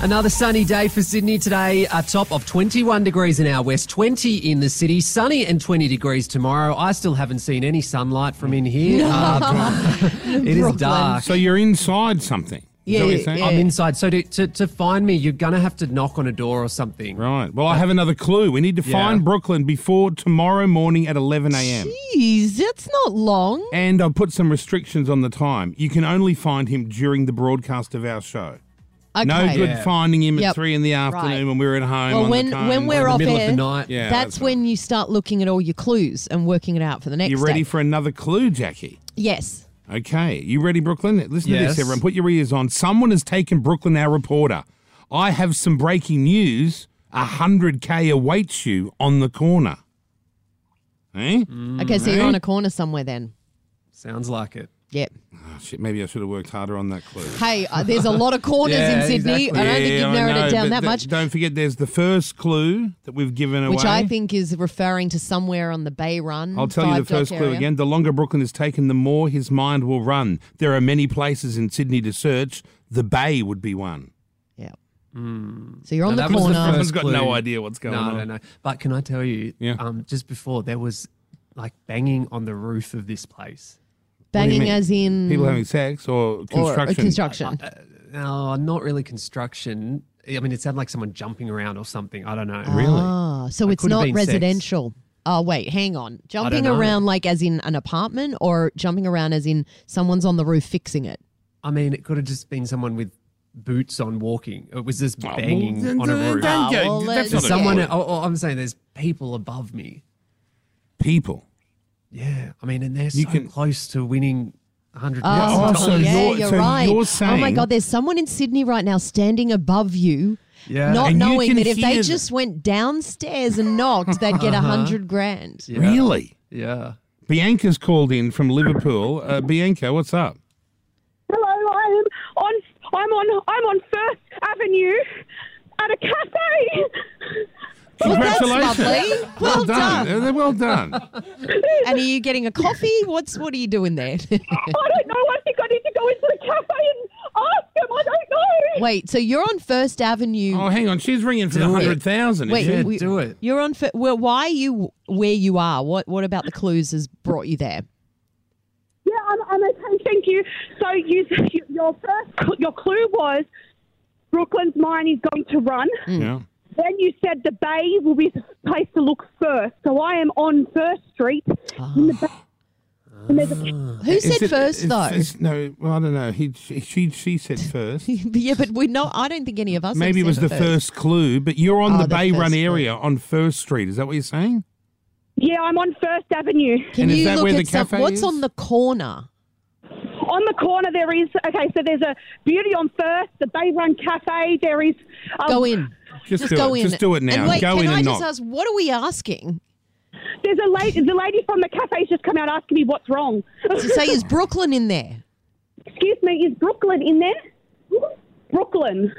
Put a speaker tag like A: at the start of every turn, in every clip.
A: Another sunny day for Sydney today. A top of 21 degrees in our west, 20 in the city, sunny and 20 degrees tomorrow. I still haven't seen any sunlight from in here. Uh, it is dark.
B: So you're inside something. Is
C: Yeah,
B: that what you're
C: yeah,
B: saying?
C: yeah.
A: I'm inside. So to, to, to find me, you're going to have to knock on a door or something.
B: Right. Well, I have another clue. We need to find Brooklyn before tomorrow morning at 11 a.m.
C: Jeez, that's not long.
B: And I'll put some restrictions on the time. You can only find him during the broadcast of our show.
C: Okay.
B: No good finding him
C: Yep.
B: at three in the afternoon
C: Right.
B: when we're at home.
C: Well,
B: on
C: when
B: the cone.
C: when we're off
A: middle of the
C: air,
A: night.
B: Yeah,
C: that's,
B: that's
C: when you start looking at all your clues and working it out for the next.
B: you ready
C: day.
B: for another clue, Jackie?
C: Yes.
B: Okay, you ready, Brooklyn? Listen to
A: Yes.
B: this, everyone. Put your ears on. Someone has taken Brooklyn, our reporter. I have some breaking news. A hundred k awaits you on the corner. Eh?
C: okay, so you're
B: right.
C: on a corner somewhere then.
A: Sounds like it.
C: Yep.
B: Oh, shit, maybe I should have worked harder on that clue.
C: Hey, uh, there's a lot of corners
A: Yeah,
C: in Sydney.
A: exactly.
C: I don't think you've
B: I
C: narrowed
B: know,
C: it down
B: but
C: that
B: th-
C: much,
B: Don't forget, there's the first clue that we've given away.
C: which I think is referring to somewhere on the Bay Run.
B: I'll tell you the
C: Five Dock
B: first clue
C: area.
B: again. The longer Brooklyn is taken, the more his mind will run. There are many places in Sydney to search. The Bay would be one.
C: Yeah. So you're on
A: No,
C: the
A: that was the
C: corner.
A: first
B: Someone's got no
A: clue.
B: idea what's going
A: no,
B: on.
A: I don't know. But can I tell you,
B: Yeah.
A: um, just before, there was like banging on the roof of this place.
B: What do
C: banging
B: you mean?
C: as in
B: people having sex or
C: Mm. or uh,
B: construction.
C: construction.
A: No, Oh, not really construction. I mean, it sounded like someone jumping around or something. I don't know.
C: Ah, so
A: It
C: it's
A: could have
C: not
A: been sex.
C: residential. Oh wait, hang on. Jumping
A: know.
C: around like as in an apartment, or jumping around as in someone's on the roof fixing it.
A: I mean, it could have just been someone with boots on walking. It was just
B: Oh, well,
A: banging
B: then-
A: on a
B: then
A: roof.
B: don't go-
C: Ah, well, let's-
B: that's not a
A: someone,
B: clue.
A: oh, oh, I'm saying there's people above me.
B: people.
A: Yeah. I mean, and they're so
B: You can-
A: close to winning $100,000.
B: Oh, so
C: yeah,
B: you're- so
C: right.
B: you're
C: oh my
B: saying-
C: God, there's someone in Sydney right now standing above you,
A: Yeah.
C: not
B: And you
C: knowing
B: can
C: that if they
B: hear
C: just went downstairs and knocked, they'd get a
B: Uh-huh.
C: hundred grand.
A: Yeah.
B: Really?
A: Yeah.
B: Bianca's called in from Liverpool. Uh, Bianca, what's up?
D: Hello, I'm on. I'm on. I'm on First Avenue at a cafe.
C: that's
B: Congratulations.
C: lovely. Well
B: Uh, they're Well done.
C: And are you getting a coffee? What's what are you doing there?
D: I don't know. I think I need to go into the cafe and ask them. I don't know.
C: Wait, so you're on First Avenue.
B: oh, hang on. She's ringing for the
A: Do it.
B: 100,000.
C: Wait,
A: Yeah,
C: we-
A: do it.
C: You're on. Fir- well, why are you where you are? What What about the clues has brought you there?
D: Yeah, I'm, I'm okay. Thank you. So you, your first, cl- your clue was Brooklyn's mind is going to run.
B: Yeah.
D: Then you said the Bay will be the place to look first. So I am on First Street in the Bay. And there's a
C: Who said
B: it-
C: first
B: is-
C: though?
B: is- no, well, I don't know. He, she, she, she said first.
C: yeah, but we know. I don't think any of us. have
B: Maybe it was
C: said
B: the first clue, but you're on
C: Oh,
B: the
C: the
B: Bay
C: first
B: Run
C: clue.
B: area on First Street. Is that what you're saying?
D: Yeah, I'm on First Avenue.
C: Can
B: And is
C: you
B: that
C: look
B: where
C: at
B: the
C: some-
B: cafe
C: what's
B: is?
C: on the corner?
D: On the corner there is okay. So there's a beauty on First, the Bay Run Cafe. There is um,
C: Go in.
B: Just,
C: Just
B: do
C: go
B: it.
C: in.
B: Just do it now.
C: And wait,
B: go
C: can
B: in
C: I
B: and
C: just
B: knock.
C: ask what are we asking?
D: There's a lady. The lady from the cafe's just come out asking me what's wrong.
C: To say is Brooklyn in there?
D: Excuse me, is Brooklyn in there? Brooklyn.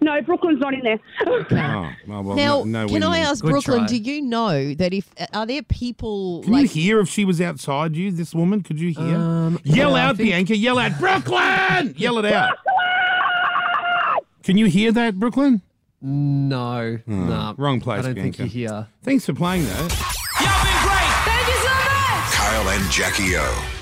D: No, Brooklyn's not in there.
B: Oh, well, well,
C: Now,
B: no, no
C: can I
B: win-win.
C: ask
A: Good
C: Brooklyn?
A: try.
C: Do you know that if are there people
B: Can
C: like
B: you hear if she was outside you, this woman? Could you hear?
A: Um,
B: yell
A: yeah, I
B: out,
A: think-
B: Bianca. Yell out, Brooklyn! yell it out. Can you hear that, Brooklyn?
A: No. nah.
B: Hmm. wrong place,
A: I don't
B: Bianca.
A: think you're here.
B: Thanks for playing, though.
E: Kyle and Jackie O.